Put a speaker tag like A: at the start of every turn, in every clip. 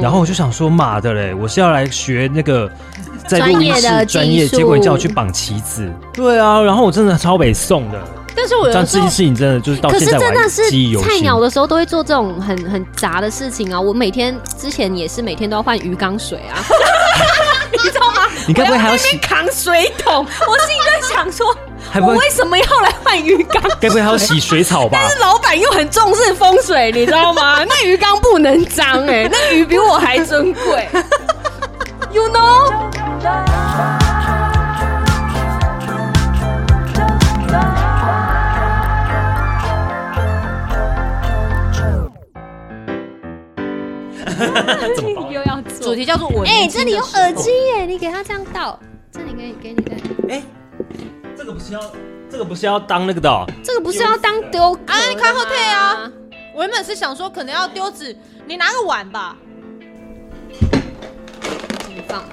A: 然后我就想说，妈的嘞，我是要来学那个在录音
B: 专业的
A: 室
B: 技
A: 专业，
B: 术
A: 结果你叫我去绑旗子，对啊，然后我真的超北送的，
C: 但是我
A: 这样
C: 有
A: 这
C: 时
A: 件
C: 候，
A: 事情真的就是到
B: 可
A: 现
B: 是
A: 在
B: 真
A: 我
B: 的
A: 还
B: 是
A: 记忆犹
B: 菜
A: 新。
B: 鸟的时候都会做这种很很杂的事情啊！我每天之前也是每天都要换鱼缸水啊，
C: 你知道吗？
A: 你该不会还要
C: 我在那
A: 洗
C: 边扛水桶？ 我心里在想说，
A: 还不
C: 我
A: 会
C: 为什么要来换鱼缸？
A: 该不会还要洗水草吧？
C: 老板又很重视风水，你知道 吗？那鱼缸不能脏哎、
B: 欸
C: 那鱼比我还珍 贵。You know，
A: 怎么搞
C: 又要
D: 主
C: 做。
D: 题叫做我
B: 哎、
D: 年
B: 这
D: 轻
B: 里
D: 的
B: 有
D: 时候
B: 耳机耶，你给他这样倒，这里给你给你的，
A: 哎，这个不是要这个不是要当那个的哦，
B: 这个不是要当丢格
D: 啊你
B: 的
D: 看后退啊
B: 吗！
D: 我原本是想说可能要丢纸，你拿个碗吧。
B: 你放，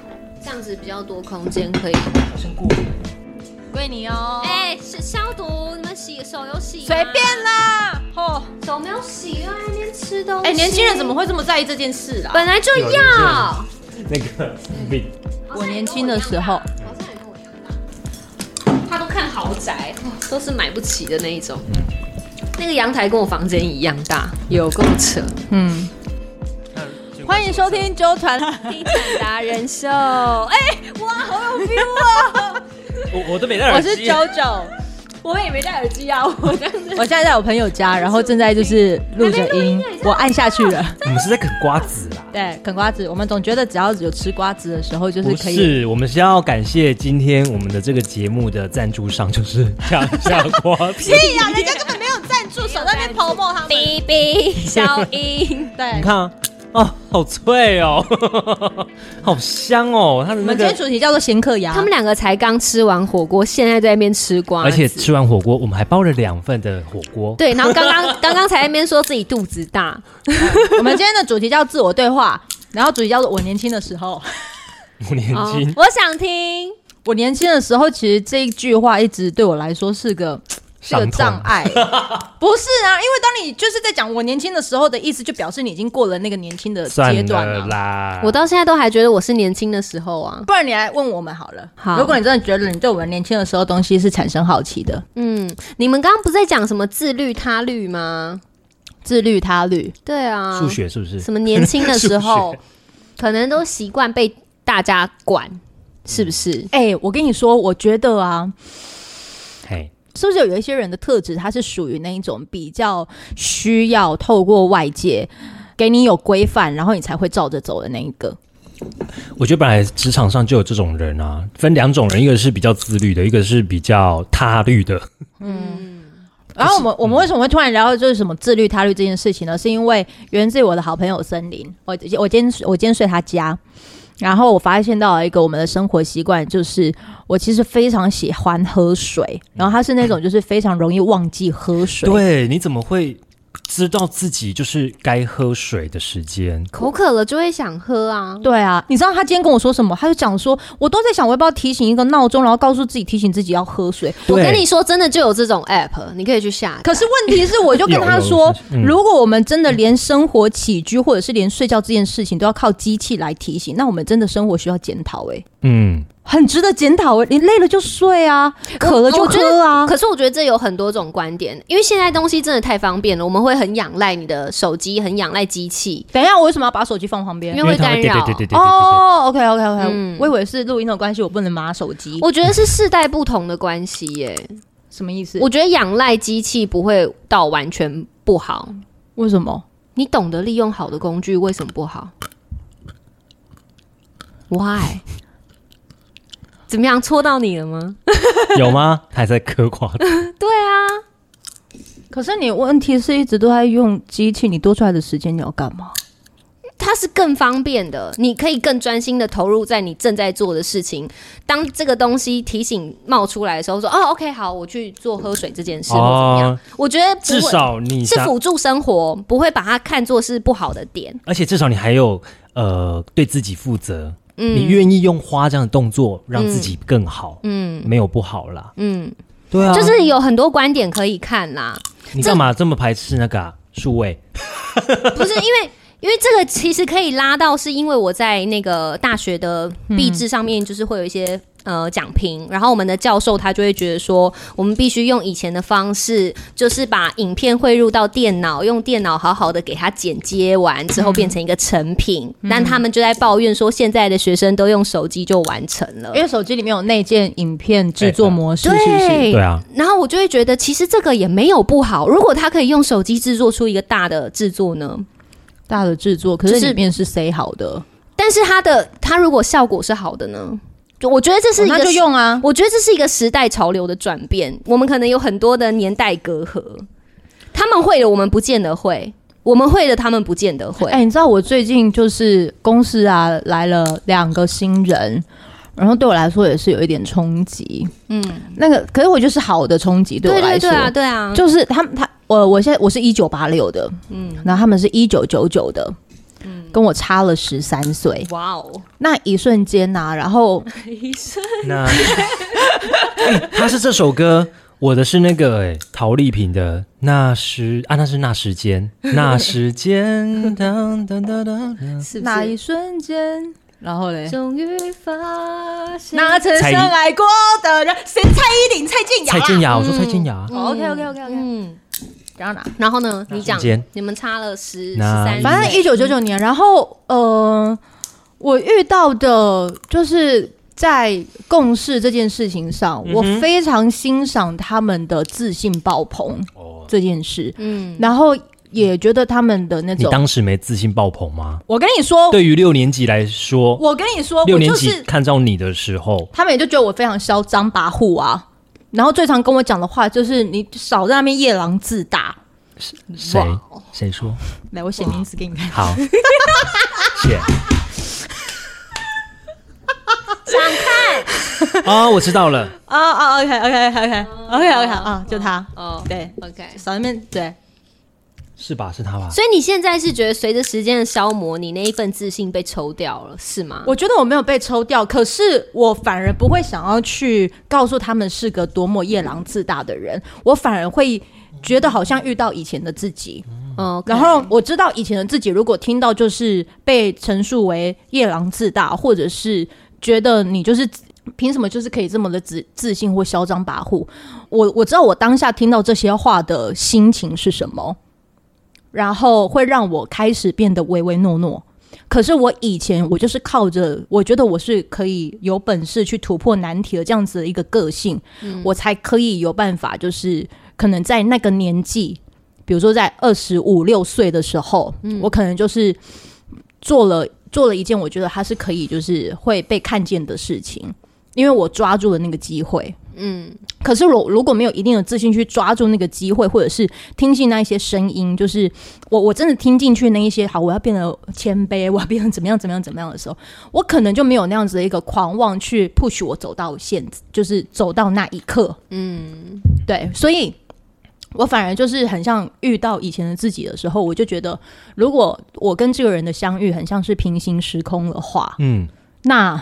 B: 这样子比较多空间可以。
A: 好像过
D: 归你哦，
B: 哎、是消毒，你们洗手有洗吗
D: 随便啦。哦，
B: 手没有洗啊，那边吃东西。
D: 哎，年轻人怎么？会这么在意这件事啊？
B: 本来就
A: 有年轻
B: 要。
A: 那个饼，
D: 我年轻的时候
B: 好像也跟我一样大，他都看豪宅，都是买不起的那一种。那个阳台跟我房间一样大，有够扯。
D: 嗯，欢迎收听纠团，
B: 地产达人秀，哎、
D: 哇，好有 feel 啊！
A: 我我都没戴耳
D: 我
A: 机，
D: 是九九，
B: 我也没戴耳机啊，我这样子。
D: 我现在在我朋友家，然后正在就是录着音，啊我按下去 了。
A: 我们是在啃瓜子啦。
D: 对，啃瓜子，我们总觉得只要有吃瓜子的时候，就是
A: 不
D: 可以。
A: 是，我们是要感谢今天我们的这个节目的赞助商，就是下下瓜子。
D: 对哎呀，人家根本没有赞助，少在那边 promo 他们。
B: 哔哔消音，
D: 对
A: 你，看啊，哦，好脆哦，好香哦，它的那
D: 我们今
A: 个
D: 天，主题叫做闲客牙。
B: 他们两个才刚吃完火锅，现在在那边吃瓜子，
A: 而且吃完火锅，我们还包了两份的火锅。
B: 对，然后刚 刚刚刚才在那边说自己肚子大，
D: 我们今天的主题叫自我对话，然后主题叫做我年轻的时候。
A: 我年
B: 哦
A: 轻，
B: 我想听。
D: 我年轻的时候，其实这一句话一直对我来说 是个是个
A: 伤痛
D: 障 碍，不是啊？因为当你就是在讲我年轻的时候的意思，就表示你已经过了那个年轻的阶
A: 算
D: 段啊
A: 了
D: 了。
A: 啦，
B: 我到现在都还觉得我是年轻的时候啊，
D: 不然你来问我们好了。
B: 好
D: 如果你真的觉得你对我们年轻的时候东西是产生好奇的，
B: 嗯，你们刚刚不是在讲什么自律他律吗？
D: 自律他律，
B: 对啊，
A: 数学是不是？
B: 什么年轻的时候
A: 数学，
B: 可能都习惯被大家管，是不是？
A: 嗯
D: 哎、我跟你说，我觉得啊，
A: 嘿，
D: 是不是有一些人的特质，他是属于那一种比较需要透过外界给你有规范，然后你才会照着走的那一个？
A: 我觉得本来职场上就有这种人啊，分两种人，一个是比较自律的，一个是比较他律的。
D: 然后我们我们为什么会突然聊到就是什么自律他律这件事情呢？是因为源自于我的好朋友森林，我我今天我今天睡他家，然后我发现到了一个我们的生活习惯，就是我其实非常喜欢喝水，然后他是那种就是非常容易忘记喝水，
A: 对，你怎么会知道自己就是该喝水的时间？
B: 口渴了就会想喝啊，
D: 对啊，你知道他今天跟我说什么？他就讲说，我都在想我要不要提醒一个闹钟，然后告诉自己提醒自己要喝水。
B: 我
A: 对
B: 跟你说，真的就有这种 app，你可以去下载。
D: 可是问题是，我就跟他
A: 有有
D: 说
A: 有，嗯
D: 如果我们真的连生活起居或者是连睡觉这件事情都要靠机器来提醒，那我们真的生活需要检讨哎。
A: 嗯，
D: 很值得检讨哎，你累了就睡啊，
B: 我
D: 渴了就
B: 我觉得
D: 喝啊。
B: 可是我觉得这有很多种观点，因为现在东西真的太方便了，我们会很仰赖你的手机，很仰赖机器，
D: 等一下，我为什么要把手机放旁边
B: 因？为会
A: 它
B: 干扰
A: 对对对对对对对
D: 哦，OK OK OK，
B: 嗯
D: 我以为是录音的关系，我不能拿手机。
B: 我觉得是世代不同的关系耶。
D: 什么意思？
B: 我觉得仰赖机器不会到完全不好，
D: 为什么？
B: 你懂得利用好的工具，为什么不好？Why？怎么样，戳到你了吗？
A: 对有吗？他还在嗑瓜子。
B: 对啊，
D: 可是你问题是一直都在用机器，你多出来的时间你要干嘛？
B: 它是更方便的，你可以更专心的投入在你正在做的事情。当这个东西提醒冒出来的时候，说哦，OK，好，我去做喝水这件事，或怎么样？
A: 哦，
B: 我觉得不
A: 至
B: 会
A: 少你
B: 是
A: 想
B: 辅助生活，不会把它看作是不好的点。
A: 而且至少你还有呃对自己负责，
B: 嗯
A: 你愿意用花这样的动作让自己更好，
B: 嗯
A: 没有不好啦。
B: 嗯，
A: 对啊，
B: 就是有很多观点可以看啦，
A: 你干嘛这么排斥那个啊数、位？
B: 不是因为。因为这个其实可以拉到，是因为我在那个大学的壁纸上面，就是会有一些。呃，讲评，然后我们的教授他就会觉得说，我们必须用以前的方式，就是把影片汇入到电脑，用电脑好好的给它剪接完之后，变成一个成品。但他们就在抱怨说，现在的学生都用手机就完成了，
D: 因为手机里面有内建影片制作模式，是不是？
B: 呃对
A: 对 啊，
B: 然后我就会觉得，其实这个也没有不好。如果他可以用手机制作出一个大的制作呢？
D: 大的制作，可
B: 就是
D: 是里面是谁好的？
B: 但是他的他如果效果是好的呢？就我觉得这是
D: 哦
B: 一个、
D: 那就用啊，
B: 我觉得这是一个时代潮流的转变。我们可能有很多的年代隔阂，他们会的我们不见得会，我们会的他们不见得会。
D: 哎、你知道我最近就是公司啊来了两个新人，然后对我来说也是有一点冲击。嗯，那个可是我就是好的冲击对我
B: 对
D: 来
B: 对
D: 说，
B: 对啊，对啊，
D: 就是他们他我我现在我是一九八六的，嗯，然后他们是一九九九的。跟我差了十三岁，
B: 哇哦，
D: 那一瞬间呐、然后
A: 那、哎他是这首歌，我的是那个哎、陶丽萍的《那时啊，那是那时间，那时间》当当当 当当，
B: 是不
D: 那一
B: 是？
D: 瞬间，然后嘞，
B: 终于发现，
D: 那曾
A: 蔡依
D: 深爱过的人，谁？蔡依林、蔡健雅
A: 蔡
D: 啦。
A: 健雅，我说蔡健雅，
D: OK OK OK OK，
B: 嗯，
D: 然后哪？
B: 然后呢？你讲
A: 时间，
B: 你们差了十十
A: 那
B: 三，
D: 反正一九九九年，然后呃，我遇到的就是在共事这件事情上，
A: 嗯哼
D: 我非常欣赏他们的自信爆棚
A: 哦，
D: 这件事，
B: 嗯，
D: 然后也觉得他们的那
A: 你
D: 种，
A: 当时没自信爆棚吗？
D: 我跟你
B: 哦
D: 说，
A: 对于六年级来说，
D: 我跟你说，
A: 六
D: 哦我
A: 年
D: 就
A: 级
D: 是
A: 看到你的时候，
D: 他们也就觉得我非常嚣张跋扈啊。然后最常跟我讲的话就是你少在那边夜郎自大。
A: 谁谁 说
D: 来，我写名字给你看。
A: 好？谢想看啊，我知道了，
D: 啊啊，OK OK OK OK OK OK 啊，就他，
B: 哦
D: 对，
B: ，OK。
D: 少在那边对。
A: 是吧？是他吧？
B: 所以你现在是觉得随着时间的消磨，你那一份自信被抽掉了，是吗？
D: 我觉得我没有被抽掉，可是我反而不会想要去告诉他们是个多么夜郎自大的人，我反而会觉得好像遇到以前的自己。
B: 嗯，
D: 然后我知道以前的自己，如果听到就是被陈述为夜郎自大，或者是觉得你就是凭什么就是可以这么的自自信或嚣张跋扈，我我知道我当下听到这些话的心情是什么，然后会让我开始变得唯唯诺诺。可是我以前我就是靠着我觉得我是可以有本事去突破难题的这样子的一个个性，我才可以有办法，就是可能在那个年纪，比如说在二十五六岁的时候，我可能就是做了做了一件我觉得它是可以就是会被看见的事情，因为我抓住了那个机会。
B: 嗯，
D: 可是我如果没有一定的自信去抓住那个机会，或者是听进那一些声音，就是我我真的听进去那一些，好，我要变得谦卑，我要变得怎么样怎么样怎么样的时候，我可能就没有那样子的一个狂妄去 push 我走到现，就是走到那一刻。嗯，对，所以我反而就是很像遇到以前的自己的时候，我就觉得，如果我跟这个人的相遇很像是平行时空的话，
A: 嗯，
D: 那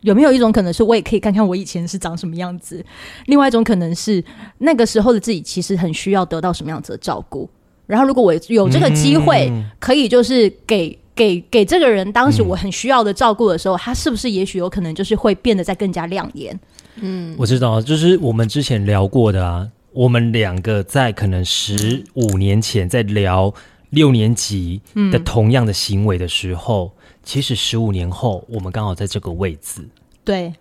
D: 有没有一种可能是我也可以看看我以前是长什么样子？另外一种可能是那个时候的自己其实很需要得到什么样子的照顾。然后如果我有这个机会，
A: 嗯
D: 可以就是给给给这个人当时我很需要的照顾的时候，他是不是也许有可能就是会变得再更加亮眼？
A: 嗯我知道，就是我们之前聊过的啊，我们两个在可能十五年前在聊六年级的
D: 嗯
A: 同样的行为的时候，其实十五年后我们刚好在这个位置，
D: 对，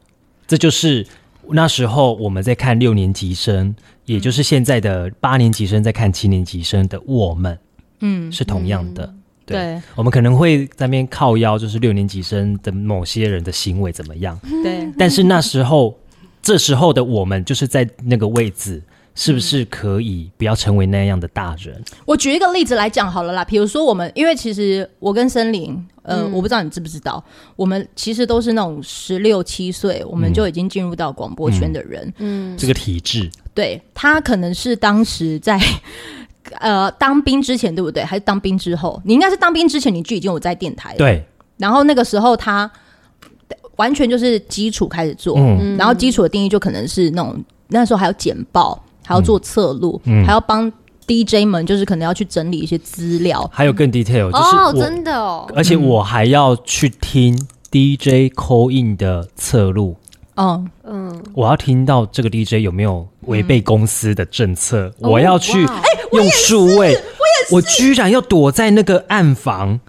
A: 这就是那时候我们在看六年级生，也
B: 嗯
A: 就是现在的八年级生在看七年级生的我们
D: 嗯，
A: 是同样的。对
D: 对
A: 我们可能会在那边靠腰，就是六年级生的某些人的行为怎么样，
D: 对，
A: 但是那时候，这时候的我们就是在那个位置，是不是可以不要成为那样的大人？
D: 我举一个例子来讲好了啦，比如说我们，因为其实我跟森林，呃，我不知道你知不知道，我们其实都是那种十六七岁，我们就已经进入到广播圈的人。
B: 嗯
A: 这个体制，
D: 对他可能是当时在 呃当兵之前，对不对？还是当兵之后？你应该是当兵之前，你就已经有在电
B: 嗯
D: 台了。
A: 对，
D: 然后那个时候他完全就是基础开始做，
A: 嗯
D: 然后基础的定义就可能是那种那时候还有简报，还要做侧录，
A: 嗯
D: 还要帮 DJ 们就是可能要去整理一些资料，
A: 还有更 detail，就是我
B: 哦，真的哦，
A: 而且我还要去听 DJ call in 的侧录，
D: 嗯，
B: 嗯，
A: 我要听到这个 DJ 有没有违背公司的政策，我要去
B: 哇
A: 用数位，我居然要躲在那个暗房，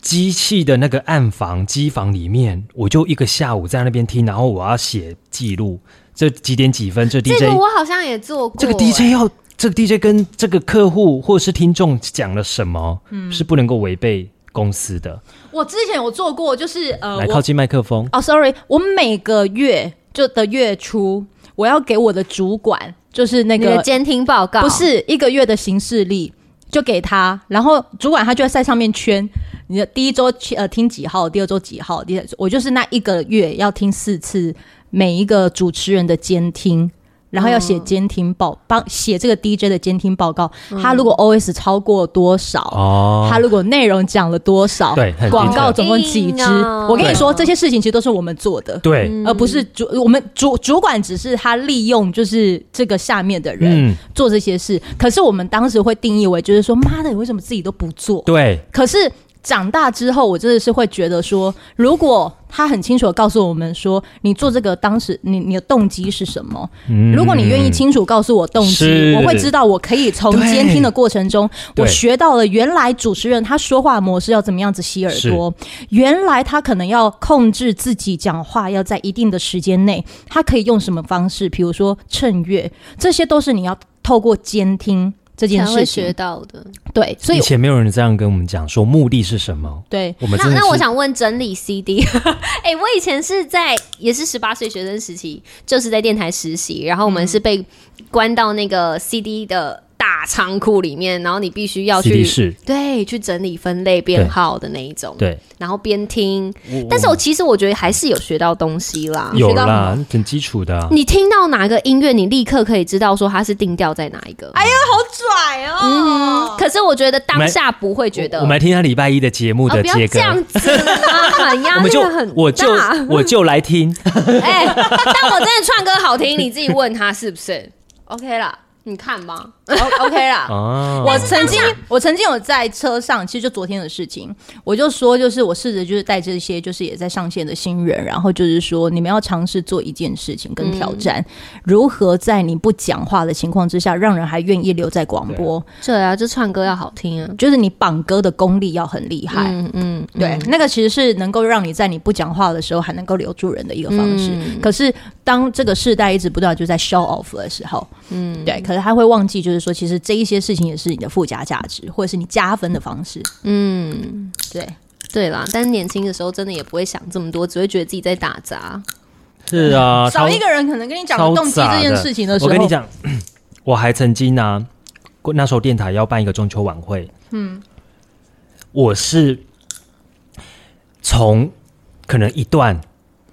A: 机器的那个暗房机房里面，我就一个下午在那边听，然后我要写记录，这几点几分，这 DJ
B: 这个我好像也做过，
A: 这个 DJ 要这个 DJ 跟这个客户或者是听众讲了什么，是不能够违背公司的。
D: 我之前有做过，就是呃，
A: 来
D: 我
A: 靠近麦克风，
D: 哦，sorry，我每个月就的月初，我要给我的主管，就是那
B: 你的
D: 个
B: 监听报告
D: 不是一个月的行事历，就给他，然后主管他就会在上面圈你的第一周呃听几号，第二周几号，第我就是那一个月要听四次每一个主持人的监听。然后要写监听报，帮写这个 DJ 的监听报告。他如果 OS 超过多少，
A: 哦
D: 他如果内容讲了多少，
A: 对很
D: 广
A: detail
D: 告总共几支
B: 硬哦，
D: 我跟你说，
B: 对
D: 这些事情其实都是我们做的，
A: 对，
D: 而不是主我们主主管只是他利用就是这个下面的人
A: 嗯
D: 做这些事，可是我们当时会定义为就是说，妈的，你为什么自己都不做？
A: 对，
D: 可是长大之后，我真的是会觉得说，如果他很清楚的告诉我们说，你做这个当时你你的动机是什么？
A: 嗯
D: 如果你愿意清楚告诉我动机
A: 是，
D: 我会知道我可以从
A: 对
D: 监听的过程中，
A: 对
D: 我学到了原来主持人他说话模式要怎么样子吸耳朵，原来他可能要控制自己讲话要在一定的时间内，他可以用什么方式，比如说趁月，这些都是你要透过监听这件
B: 才
D: 事
B: 会学
D: 情。
B: 到的。
D: 对，所以
A: 以前没有人这样跟我们讲说目的是什么，
D: 对。
A: 我们
B: 那
A: 真的
B: 那我
A: 是
B: 想问整理 CD，哎、我以前是在也是十八岁学生时期，就是在电台实习，然后我们
A: 嗯
B: 是被关到那个 CD 的大仓库里面，然后你必须要
A: CD
B: 去
A: 是，
B: 对去整理分类编号的那一种，
A: 对，
B: 然后边听。但是我其实我觉得还是有学到东西啦。
A: 哦有
D: 学到
A: 啦，很基础的啊，
B: 你听到哪个音乐，你立刻可以知道说它是定调在哪一个。哎呀，
D: 拽哦！
B: 嗯，可是我觉得当下不会觉得，
A: 我们来听他礼拜一的节目
B: 哦
A: 的
B: 不要
A: 接
B: 这
A: 歌。
B: 样子 啦，
A: 我
B: 压
A: 们
B: 力
A: 就
B: 很
A: 我就
B: 大
A: 我就来 听，
B: 哎、但我真的唱歌好听，你自己问他是不是 OK 啦？你看吧，
D: O OK 啦，
A: 哦，
D: 我曾经，我曾经有在车上，其实就昨天的事情，我就说，就是我试着就是带这些就是也在上线的新人，然后就是说，你们要尝试做一件事情跟
B: 嗯
D: 挑战，如何在你不讲话的情况之下，让人还愿意留在广播，
B: 对啊，就唱歌要好听啊。
D: 就是你绑歌的功力要很厉害。
B: 嗯嗯，
D: 对，那个其实是能够让你在你不讲话的时候还能够留住人的一个方式。
B: 嗯
D: 可是当这个世代一直不断地就在 show off 的时候，嗯，对，可是他会忘记，就是说，其实这一些事情也是你的附加价值，或者是你加分的方式。
B: 嗯，
D: 对，
B: 对啦。但年轻的时候真的也不会想这么多，只会觉得自己在打杂。
A: 是啊，
D: 少
A: 超
D: 一个人可能跟你讲
A: 超
D: 动机
A: 杂
D: 这件
A: 的
D: 事情的时候，
A: 我跟你，讲，我还曾经呢、过那时候电台要办一个中秋晚会，嗯，我是从可能一段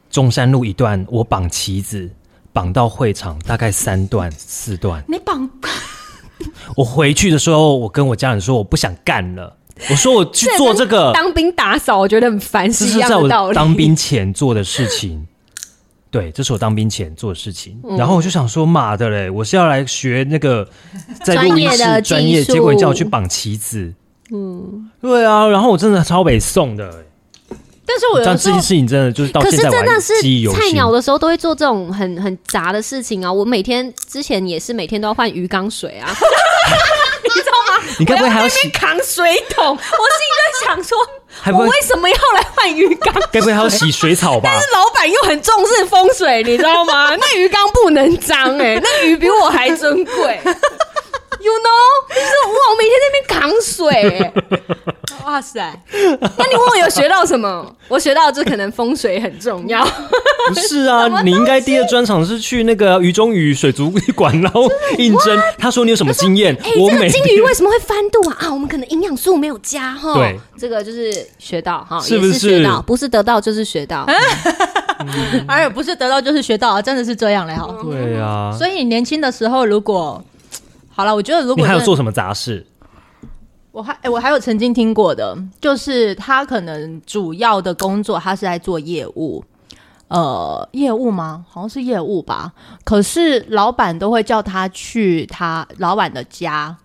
A: 中山路一段，我绑旗子绑到会场，大概三段四段。
D: 你绑
A: 我回去的时候，我跟我家人说我不想干了，我说我去做这个，
B: 当兵打扫，我觉得很烦，
A: 这
B: 一
A: 是
B: 样
A: 在
B: 的
A: 我
B: 道理。
A: 当兵前做的事情。对，这是我当兵前做的事情。
B: 嗯
A: 然后我就想说，妈的嘞，我是要来学那个在录音
B: 专业的
A: 室
B: 技
A: 专业，
B: 术
A: 结果你叫我去绑旗子。嗯，对啊，然后我真的超北宋的、欸，
D: 但是我
A: 但
D: 有
A: 这
D: 时
A: 件
D: 候
A: 事情真的就是到
B: 可
A: 现
B: 是
A: 在
B: 真
A: 我还
B: 的是
A: 记忆犹
B: 菜
A: 新。
B: 鸟的时候都会做这种很很杂的事情啊！我每天之前也是每天都要换鱼缸水啊，
A: 你该不会还要洗？
C: 扛水桶，我心里在想说，
A: 还不
C: 我
A: 会
C: 为什么要来换鱼缸？
A: 该不会还要洗水草 吧？
C: 老板又很重视风水，你知道吗？那鱼缸不能脏哎、那鱼比我还珍 贵。You know，就是哇，我每天在那边扛水、欸，
D: 哇塞，
C: 那你问我有学到什么？我学到就可能风水很重要，
B: 哎
A: 不是啊，你应该第二专场是去那个鱼中鱼水族馆，然后应征。他说你有什么经验？
B: 哎、
A: 我
B: 这
A: 每
B: 个金
A: 天
B: 鱼为什么会翻肚啊？啊，我们可能营养素没有加哈。
A: 对，
B: 这个就是学到哈，
A: 是
B: 也
A: 不
B: 是学
A: 是
B: 到？不是得到就是学到。
D: 而不是得到就是学到，啊真的是这样嘞哈。
A: 对啊，
D: 所以你年轻的时候，如果好了，我觉得如
A: 你
D: 果
A: 还有
D: 真的
A: 做什么杂事？
D: 我还、诶我还有曾经听过的，就是他可能主要的工作他是在做业务，呃，业务吗？好像是业务吧。可是老板都会叫他去他老板的家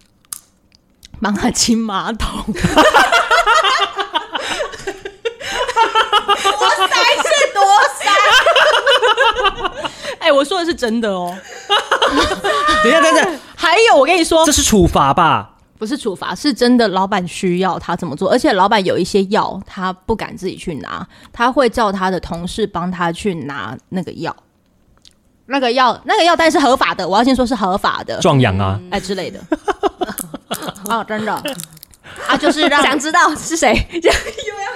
D: 帮他清马桶。
C: 塞是多 塞，
D: 哎、我说的是真的哦。
A: 等一下，等等，
D: 还有，我跟你说
A: 这，是处罚吧？
D: 不是处罚，是真的，老板需要他这么做，而且老板有一些药他不敢自己去拿，他会叫他的同事帮他去拿那个药。那个药，那个药但是合法的，我要先说是合法的，
A: 壮阳啊，
D: 哎之类的。 啊，真的啊，就是让
B: 想知道是 谁？
C: 又要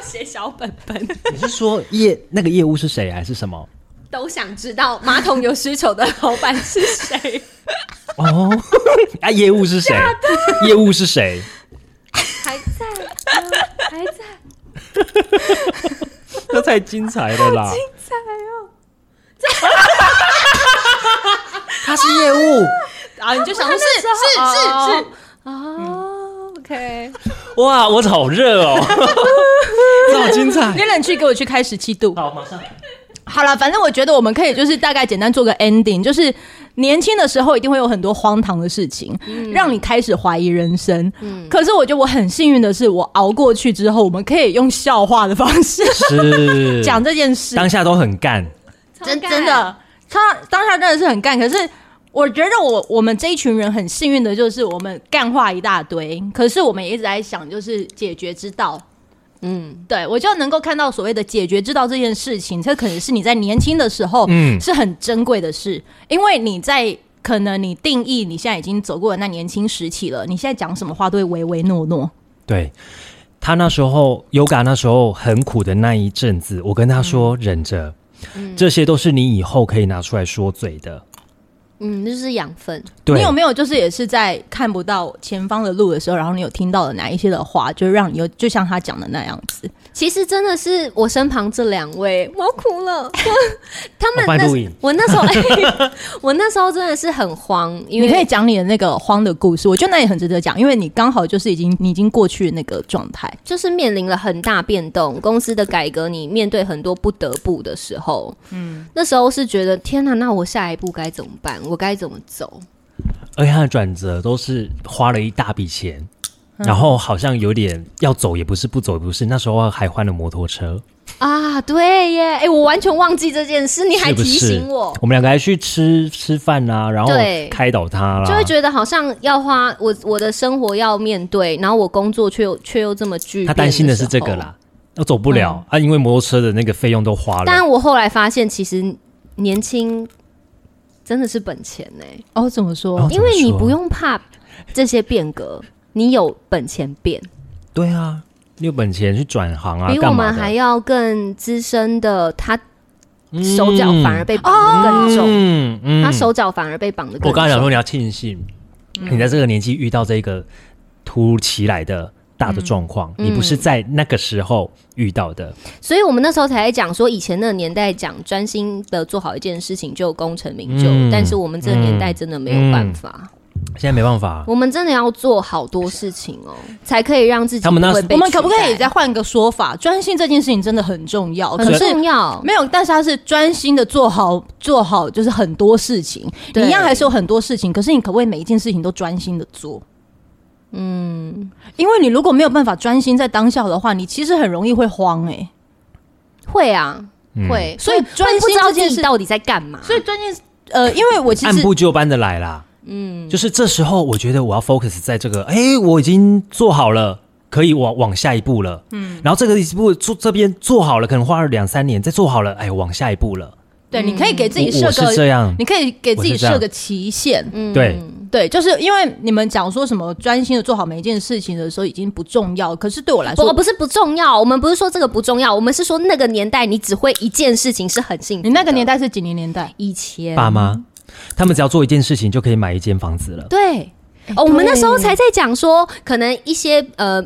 C: 写小本本，
A: 你是说业那个业务是谁还是什么？
B: 都想知道马桶有需求的老板是谁？
A: 哦，啊，业务是谁？业务是谁？
B: 还在，嗯还在。
A: 那太精彩了啦！
B: 在哦，
A: 他是业务，
D: 啊，你就想说
C: 是
D: 是
C: 是是，
B: 哦，OK，
A: 哇，我好热哦，这好精彩
D: 你！冷去给我去开十七度。
A: 哎好，马上
D: 好了，反正我觉得我们可以就是大概简单做个 ending，就是年轻的时候一定会有很多荒唐的事情，让你开始怀疑人生。可是我觉得我很幸运的是，我熬过去之后，我们可以用笑话的方式
A: 是
D: 讲这件事，
A: 当下都很干，
D: 真真的，他当下真的是很干，可是。我觉得我我们这一群人很幸运的，就是我们干话一大堆，可是我们也一直在想，就是解决之道。
B: 嗯，
D: 对我就能够看到所谓的解决之道这件事情，这可能是你在年轻的时候，
A: 嗯
D: 是很珍贵的事，因为你在可能你定义你现在已经走过了那年轻时期了，你现在讲什么话都会唯唯诺诺。
A: 对。他那时候，Yoga 那时候很苦的那一阵子，我
B: 嗯
A: 跟他说忍着，这些都是你以后可以拿出来说嘴的。
B: 嗯，就是养分。
A: 对，
D: 你有没有就是也是在看不到前方的路的时候，然后你有听到了哪一些的话，就让你有就像他讲的那样子，
B: 其实真的是我身旁这两位，我要哭了。 他们
A: 我帮你录
B: 那
A: 影
B: 我那时候、 我那时候真的是很慌，因
D: 你可以
B: 为
D: 讲你的那个慌的故事，我觉得那也很值得讲，因为你刚好就是已经你已经过去那个状态。
B: 就是面临了很大变动，公司的改革，你面对很多不得不的时候，嗯，那时候是觉得天哪，那我下一步该怎么办？我该怎么走？
A: 而且他的转折都是花了一大笔钱，
B: 嗯
A: 然后好像有点要走也不是，不走也不是。那时候还换了摩托车，
B: 啊，对耶，哎、我完全忘记这件事，你还
A: 是不
B: 提
A: 是
B: 醒我。
A: 我们两个还去吃吃饭啊，然后
B: 对
A: 开导他啦，
B: 就会觉得好像要花我我的生活要面对，然后我工作却又却又这么巨变。
A: 他担心
B: 的
A: 的是这个
B: 时候。嗯
A: 啦，要走不了、啊，因为摩托车的那个费用都花了。
B: 但我后来发现，其实年轻真的是本钱呢、
D: 哦，怎么说？
A: 哦怎么
B: 因为你
A: 说
B: 不用怕这些变革，你有本钱变，
A: 对啊，你有本钱去转行啊，
B: 比我
A: 干嘛
B: 们
A: 的
B: 还要更资深的，他
A: 嗯
B: 手脚反而被绑得更重，
A: 嗯嗯
B: 他手脚反而被绑得更重。
A: 我刚才想说，你要庆幸，
B: 嗯
A: 你在这个年纪遇到这个突如其来的大的状况，
B: 嗯
A: 你不是在那个时候遇到的。
B: 所以我们那时候才在讲说，以前那个年代讲专心的做好一件事情就功成名就，
A: 嗯
B: 但是我们这个年代真的没有办法，
D: 嗯
A: 现在没办法，
B: 我们真的要做好多事情哦，才可以让自己
A: 他们那
B: 不会被
D: 我们可不可以
B: 取代
D: 再换个说法？专心这件事情真的很重要，可
B: 很
D: 是
B: 重要？
D: 没有，但是他是专心的做好做好，就是很多事情，你
B: 对
D: 一样还是有很多事情，可是你可不可以每一件事情都专心的做？
B: 嗯，
D: 因为你如果没有办法专心在当下的话，你其实很容易会慌哎、
B: 会啊，
A: 嗯
B: 会，
D: 所以
B: 会
D: 专心
B: 会不知道
D: 这件
B: 自己
D: 事
B: 到底在干嘛。
D: 所以专键呃，因为我其
A: 按
D: 实
A: 部就班的来啦。嗯，就是这时候，我觉得我要 focus 在这个，哎，我已经做好了，可以往往下一步了。嗯，然后这个一步做这边做好了，可能花了两三年，再做好了，哎，往下一步了。
D: 对，你可以给自己
A: 我
D: 设
A: 我是这
D: 个，
A: 样，
D: 你可以给自己
A: 我是这样
D: 设个期限，
B: 嗯
A: 对
D: 对，就是因为你们讲说什么专心的做好每一件事情的时候已经不重要，可是对我来
B: 不
D: 说，
B: 不是不重要，我们不是说这个不重要，我们是说那个年代你只会一件事情是很幸福的。
D: 你那个年代是几年年代？
B: 以前啊
A: 爸妈他们只要做一件事情就可以买一间房子了。
B: 对，
A: 哎
B: 哦，我们那时候才在讲说，可能一些呃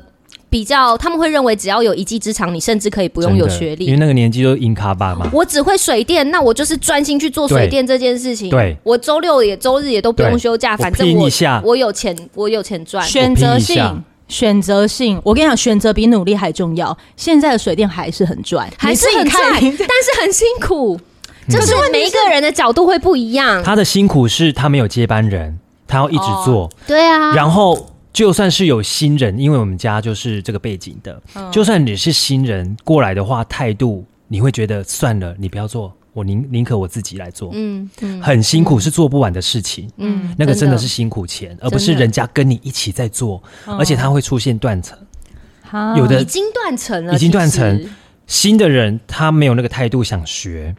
B: 比较，他们会认为只要有一技之长，你甚至可以不用有
A: 真的
B: 学
A: 因为
B: 历。
A: 那个年纪就英卡爸嘛。
B: 我只会水电，那我就是专心去做水电这件事情。
A: 对
B: 我周六也周日也都不用
A: 对
B: 休假，
A: 我
B: 反正
A: 拼
B: 我
A: 一下
B: 我有钱，我有钱赚。
D: 选择
A: 我拼一下
D: 性，选择性，我跟你讲，选择比努力还重要。现在的水电还是很赚，
B: 还是很
D: 你自己
B: 赚，
D: 看
B: 但是很辛苦。
A: 嗯
B: 就是每一个人的角度会不一样，
A: 他的辛苦是他没有接班人，他要一直做，
B: 对啊，
A: 然后就算是有新人，因为我们家就是这个背景的，就算你是新人过来的话，态度你会觉得算了，你不要做，我宁宁可我自己来做，
B: 嗯嗯
A: 很辛苦，是做不完的事情。
B: 嗯
A: 那个真的嗯是辛苦钱，而不是人家跟你一起在做，而且它会出现断层。
D: 好
A: 有的
B: 已经断层了，
A: 已经断层
B: 其实，
A: 新的人他没有那个态度想学，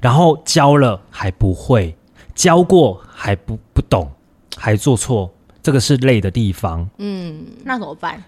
A: 然后教了还不会，教过还不不懂，还做错，这个是累的地方，
B: 嗯，
D: 那怎么办？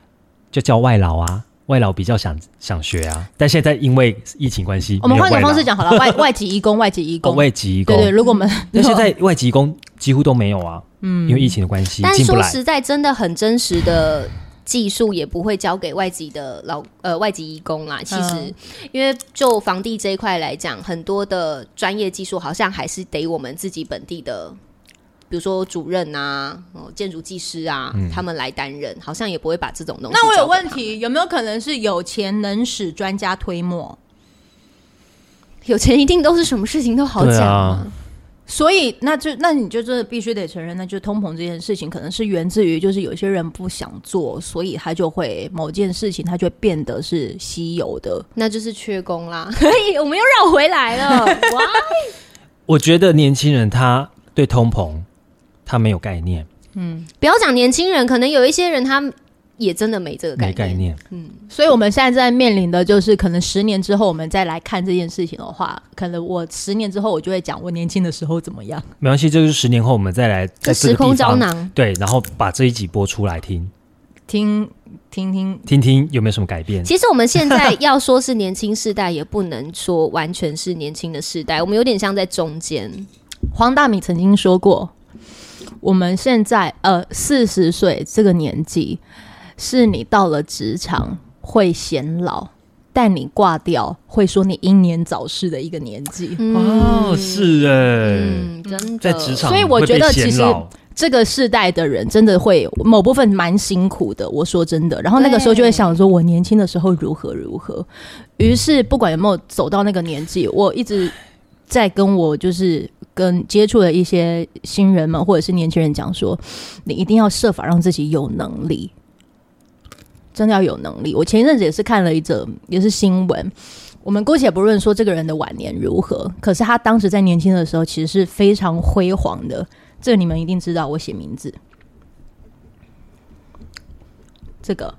A: 就叫外劳啊。外劳比较想想学啊，但现在因为疫情关系，
D: 我们换
A: 没
D: 个
A: 有外劳
D: 方式，讲好了，外 外籍移工，外籍移
A: 哦、
D: 工，
A: 外籍移
D: 对
A: 工，
D: 对，如果我们
A: 但现在外籍移工几乎都没有啊，嗯，因为疫情的关系
B: 但
A: 进不
B: 说
A: 来。
B: 实在，真的很真实的技术也不会交给外籍的老呃外籍义工啦。其实，
D: 嗯
B: 因为就房地这一块来讲，很多的专业技术好像还是得我们自己本地的。比如说主任啊，哦，建筑技师啊，
A: 嗯
B: 他们来担任，好像也不会把这种东西。
D: 那我有问，题，有没有可能是有钱能使专家推磨？
B: 有钱一定都是什么事情都好讲、
A: 对啊
D: 所以，那就那你就真的必须得承认，那就通膨这件事情，可能是源自于就是有些人不想做，所以他就会某件事情，他就会变得是稀有的。
B: 那就是缺工啦。 我们又绕回来了，哇！
A: 我觉得年轻人他对通膨他没有概念，
B: 不要讲年轻人，可能有一些人他也真的没这个概
A: 没
B: 念。
A: 概念，
D: 所以我们现在在面临的就是，可能十年之后我们再来看这件事情的话，可能我十年之后我就会讲我年轻的时候怎么样。
A: 没关系，这就是十年后我们再来在
B: 这
A: 这个
B: 时空
A: 地
B: 胶
A: 方
B: 囊，
A: 对，然后把这一集播出来听，
D: 听听听，
A: 听听有没有什么改变。
B: 其实我们现在要说是年轻世代，也不能说完全是年轻的世代，我们有点像在中间。
D: 黄大米曾经说过，我们现在呃四十岁这个年纪，是你到了职场会显老，但你挂掉会说你英年早逝的一个年纪。
A: 哦，是哎、
B: 嗯，真的
A: 在职场
D: 所以我
A: 会被
D: 觉得
A: 嫌
D: 其实
A: 老
D: 这个世代的人真的会某部分蛮辛苦的，我说真的。然后那个时候就会想说，我年轻的时候如何如何。于是不管有没有走到那个年纪，我一直在跟我就是跟接触的一些新人们或者是年轻人讲说，你一定要设法让自己有能力，真的要有能力。我前一阵子也是看了一则也是新闻。我们姑且不论说这个人的晚年如何，可是他当时在年轻的时候其实是非常辉煌的，这个你们一定知道，我写名字。这个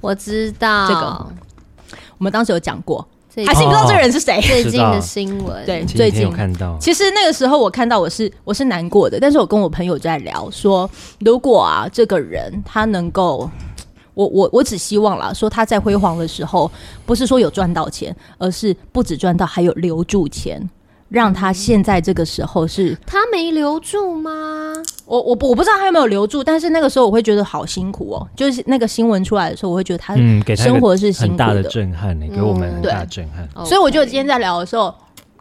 B: 我知道
D: 这个我们当时有讲过，
B: 最
D: 还是你不知道这个人是谁？
B: 最
A: 哦知
B: 近
A: 道
B: 的新闻，
D: 对
A: 前
D: 最
A: 几天有
D: 近
A: 看到，
D: 其实那个时候我看到我是我是难过的，但是我跟我朋友在聊说，如果啊这个人他能够，我我我只希望啦，说他在辉煌的时候，不是说有赚到钱，而是不止赚到，还有留住钱。让他现在这个时候是
B: 他没留住吗？
D: 我我不我不知道他有没有留住，但是那个时候我会觉得好辛苦哦。就是那个新闻出来的时候，我会觉得他
A: 嗯，给他一个
D: 生活是辛
A: 很
D: 苦
A: 大的震撼呢、给我们
B: 嗯
A: 很
D: 对
A: 大的震撼。
B: 哦
D: 所以我觉得今天在聊的时候，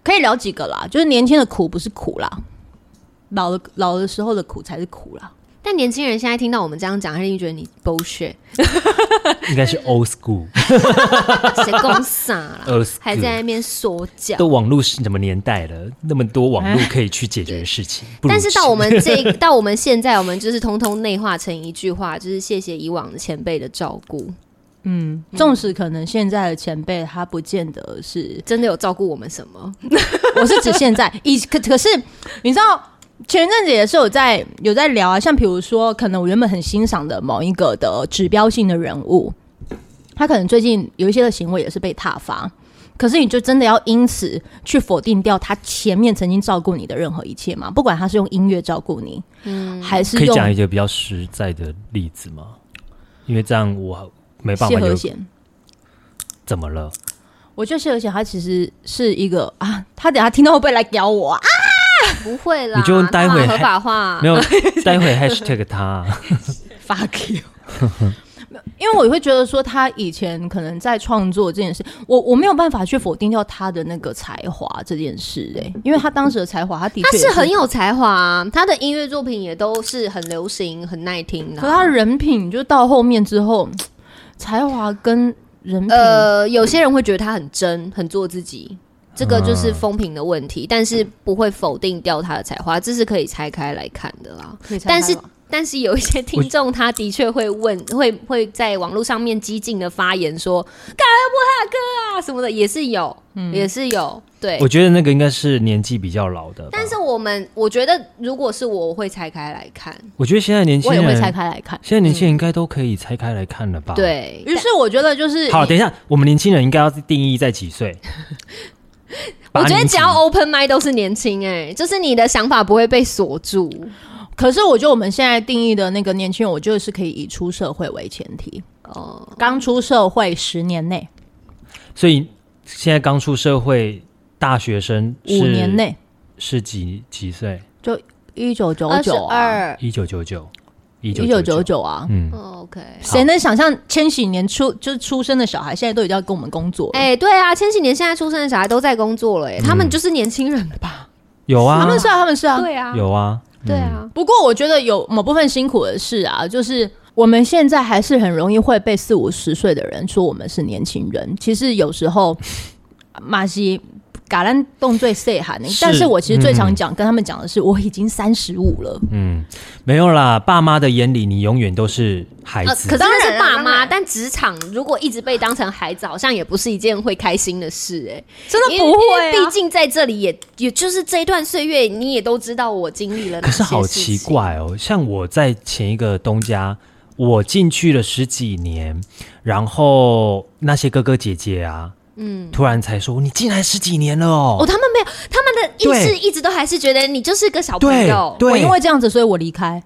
D: 可以聊几个啦，就是年轻的苦不是苦啦，老的老的时候的苦才是苦啦。
B: 但年轻人现在听到我们这样讲，他一定觉得你 bullshit，
A: 应该 是 old school，
B: 谁公傻啦，
A: old school
B: 还在那边说教。
A: 呃都网络是什么年代了？那么多网络可以去解决的事 情，不如
B: 但是到我们这 到我们现在，我们就是通通内化成一句话，就是谢谢以往的前辈的照顾，
D: 嗯，纵使可能现在的前辈他不见得是，
B: 真的有照顾我们什么？
D: 我是指现在， 以可可是你知道。前阵子也是有在有在聊啊，像比如说，可能我原本很欣赏的某一个的指标性的人物，他可能最近有一些的行为也是被挞伐，可是你就真的要因此去否定掉他前面曾经照顾你的任何一切吗？不管他是用音乐照顾你，嗯，还是
A: 可以
D: 用
A: 讲一个比较实在的例子吗？因为这样我没办
D: 谢
A: 法
D: 和
A: 有
D: 弦。
A: 怎么了？
D: 我觉得谢和弦他其实是一个啊，他等下听到会不会来屌我啊？
B: 不会啦，
A: 你就待会
B: 干嘛合法化
A: 没有，待会 hashtag 他
D: fuck you。因为我会觉得说，他以前可能在创作这件事，我我没有办法去否定掉他的那个才华这件事、欸，因为他当时的才华，他的确
B: 他
D: 也
B: 是很，有才华、啊，他的音乐作品也都是很流行、很耐听的
D: 可
B: 啊、
D: 是他人品就到后面之后，才华跟人品，
B: 呃，有些人会觉得他很真、很做自己，这个就是风评的
A: 啊
B: 问题，但是不会否定掉他的才华，这是可以拆开来看的啦。
D: 可以拆开
B: 但是
D: 吧
B: 但是有一些听众，他的确会问， 会会在网络上面激进的发言说“干嘛不哈哥啊”什么的，也是有，也是有。对
A: 我，觉得那个应该是年纪比较老的吧，
B: 但是我们我觉得，如果是我，我会拆开来看。
A: 我觉得现在年轻
D: 我也
A: 人，
D: 会拆开来看。
A: 现在年轻人应该都可以拆开来看了吧？。
B: 对，
D: 于是我觉得就是
A: 好，等一下，我们年轻人应该要定义在几 岁？
B: 我觉得只要
A: 八年级
B: open mind 都是年轻哎、就是你的想法不会被锁住。
D: 可是我觉得我们现在定义的那个年轻人，我就是可以以出社会为前提，
B: 哦，
D: 刚出社会十年内、
A: 所以现在刚出社会大学生是
D: 五年内，
A: 是几几岁？
D: 一九九
B: 二十
D: 九啊，
B: 二
A: 一九九九，一
D: 一九九
A: 九，
D: 九啊，
A: 嗯，
B: 哦，OK。
D: 谁能想象千禧年出就是出生的小孩，现在都已经要跟我们工作了？
B: 哎、对啊，千禧年现在出生的小孩都在工作
A: 嗯
B: 了、哎、他们就是年轻人吧？
A: 有啊，
D: 他们是啊，他们是啊。
B: 对啊，
A: 有啊，
B: 对啊，
D: 不过我觉得有某部分辛苦的是啊，就是我们现在还是很容易会被四五十岁的人说我们是年轻人。其实有时候马西嘎兰动最 say 喊的
A: 是，
D: 但是我其实最常
A: 嗯
D: 讲、跟他们讲的是我已经三十五了。
A: 嗯，没有啦，爸妈的眼里你永远都是孩
B: 呃，
A: 子。
B: 可是那
D: 当然
B: 是
D: 啊
B: 爸
D: 当
B: 妈，
D: 然
B: 但职场如果一直被当成孩子，好像也不是一件会开心的事、哎，
D: 真
B: 因为因为毕竟在这里也，也就是这一段岁月，你也都知道我经历了。
A: 可是好奇，怪哦，像我在前一个东家，我进去了十几年，然后那些哥哥姐姐啊，嗯，突然才说你进来十几年了
B: 哦，
A: 哦，
B: 他们没有，他们的意识
A: 对
B: 一直都还是觉得你就是个小朋
A: 对
B: 友。
A: 对，
D: 我因为这样子，所以我离开，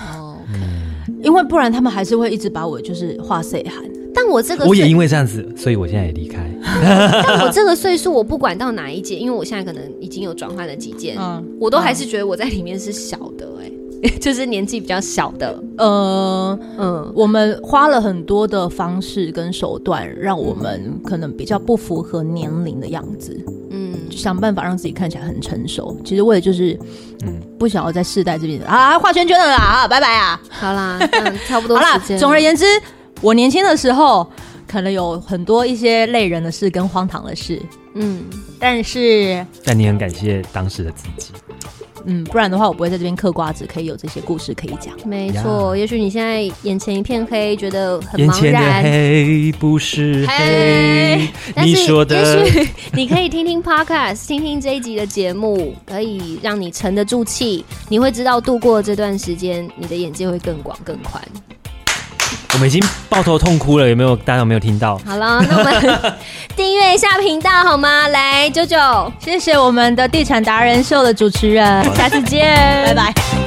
B: 哦，
A: 嗯
D: 因为不然他们还是会一直把我就是话 say 喊。
B: 但我这个
A: 我也
B: 岁
A: 因为这样子，所以我现在也离开。
B: 但我这个岁数，我不管到哪一届，因为我现在可能已经有转换了几届，
D: 嗯
B: 我都还是觉得我在里面是小的、哎， 就是年纪比较小的，
D: 呃，
B: 嗯。
D: 我们花了很多的方式跟手段，让我们可能比较不符合年龄的样子，
B: 嗯，
D: 想办法让自己看起来很成熟。其实为了就是，嗯，不想要在世代这边啊画圈圈了啦，啊，拜拜啊！
B: 好啦，嗯，差不
D: 好
B: 多
D: 啦
B: 时间，了。
D: 总而言之，我年轻的时候可能有很多一些累人的事跟荒唐的事，
B: 嗯，
D: 但是
A: 但你很感谢当时的自己，
D: 嗯，不然的话我不会在这边嗑瓜子，可以有这些故事可以讲。
B: 没错。也许你现在眼前一片黑，觉得很
A: 眼
B: 茫
A: 前的
B: 然，
A: 黑不是黑，
B: 但
A: 你
B: 是
A: 说的
B: 也许 你可以听听 podcast，听听这一集的节目，可以让你沉得住气，你会知道度过这段时间，你的眼界会更广更宽。
A: 我们已经抱头痛哭了，有没有？大家有没有听到？
B: 好了，那我们 订阅一下频道好吗？来，九九，
D: 谢谢我们的地产达人秀的主持人，
B: 下次见，
D: 拜拜。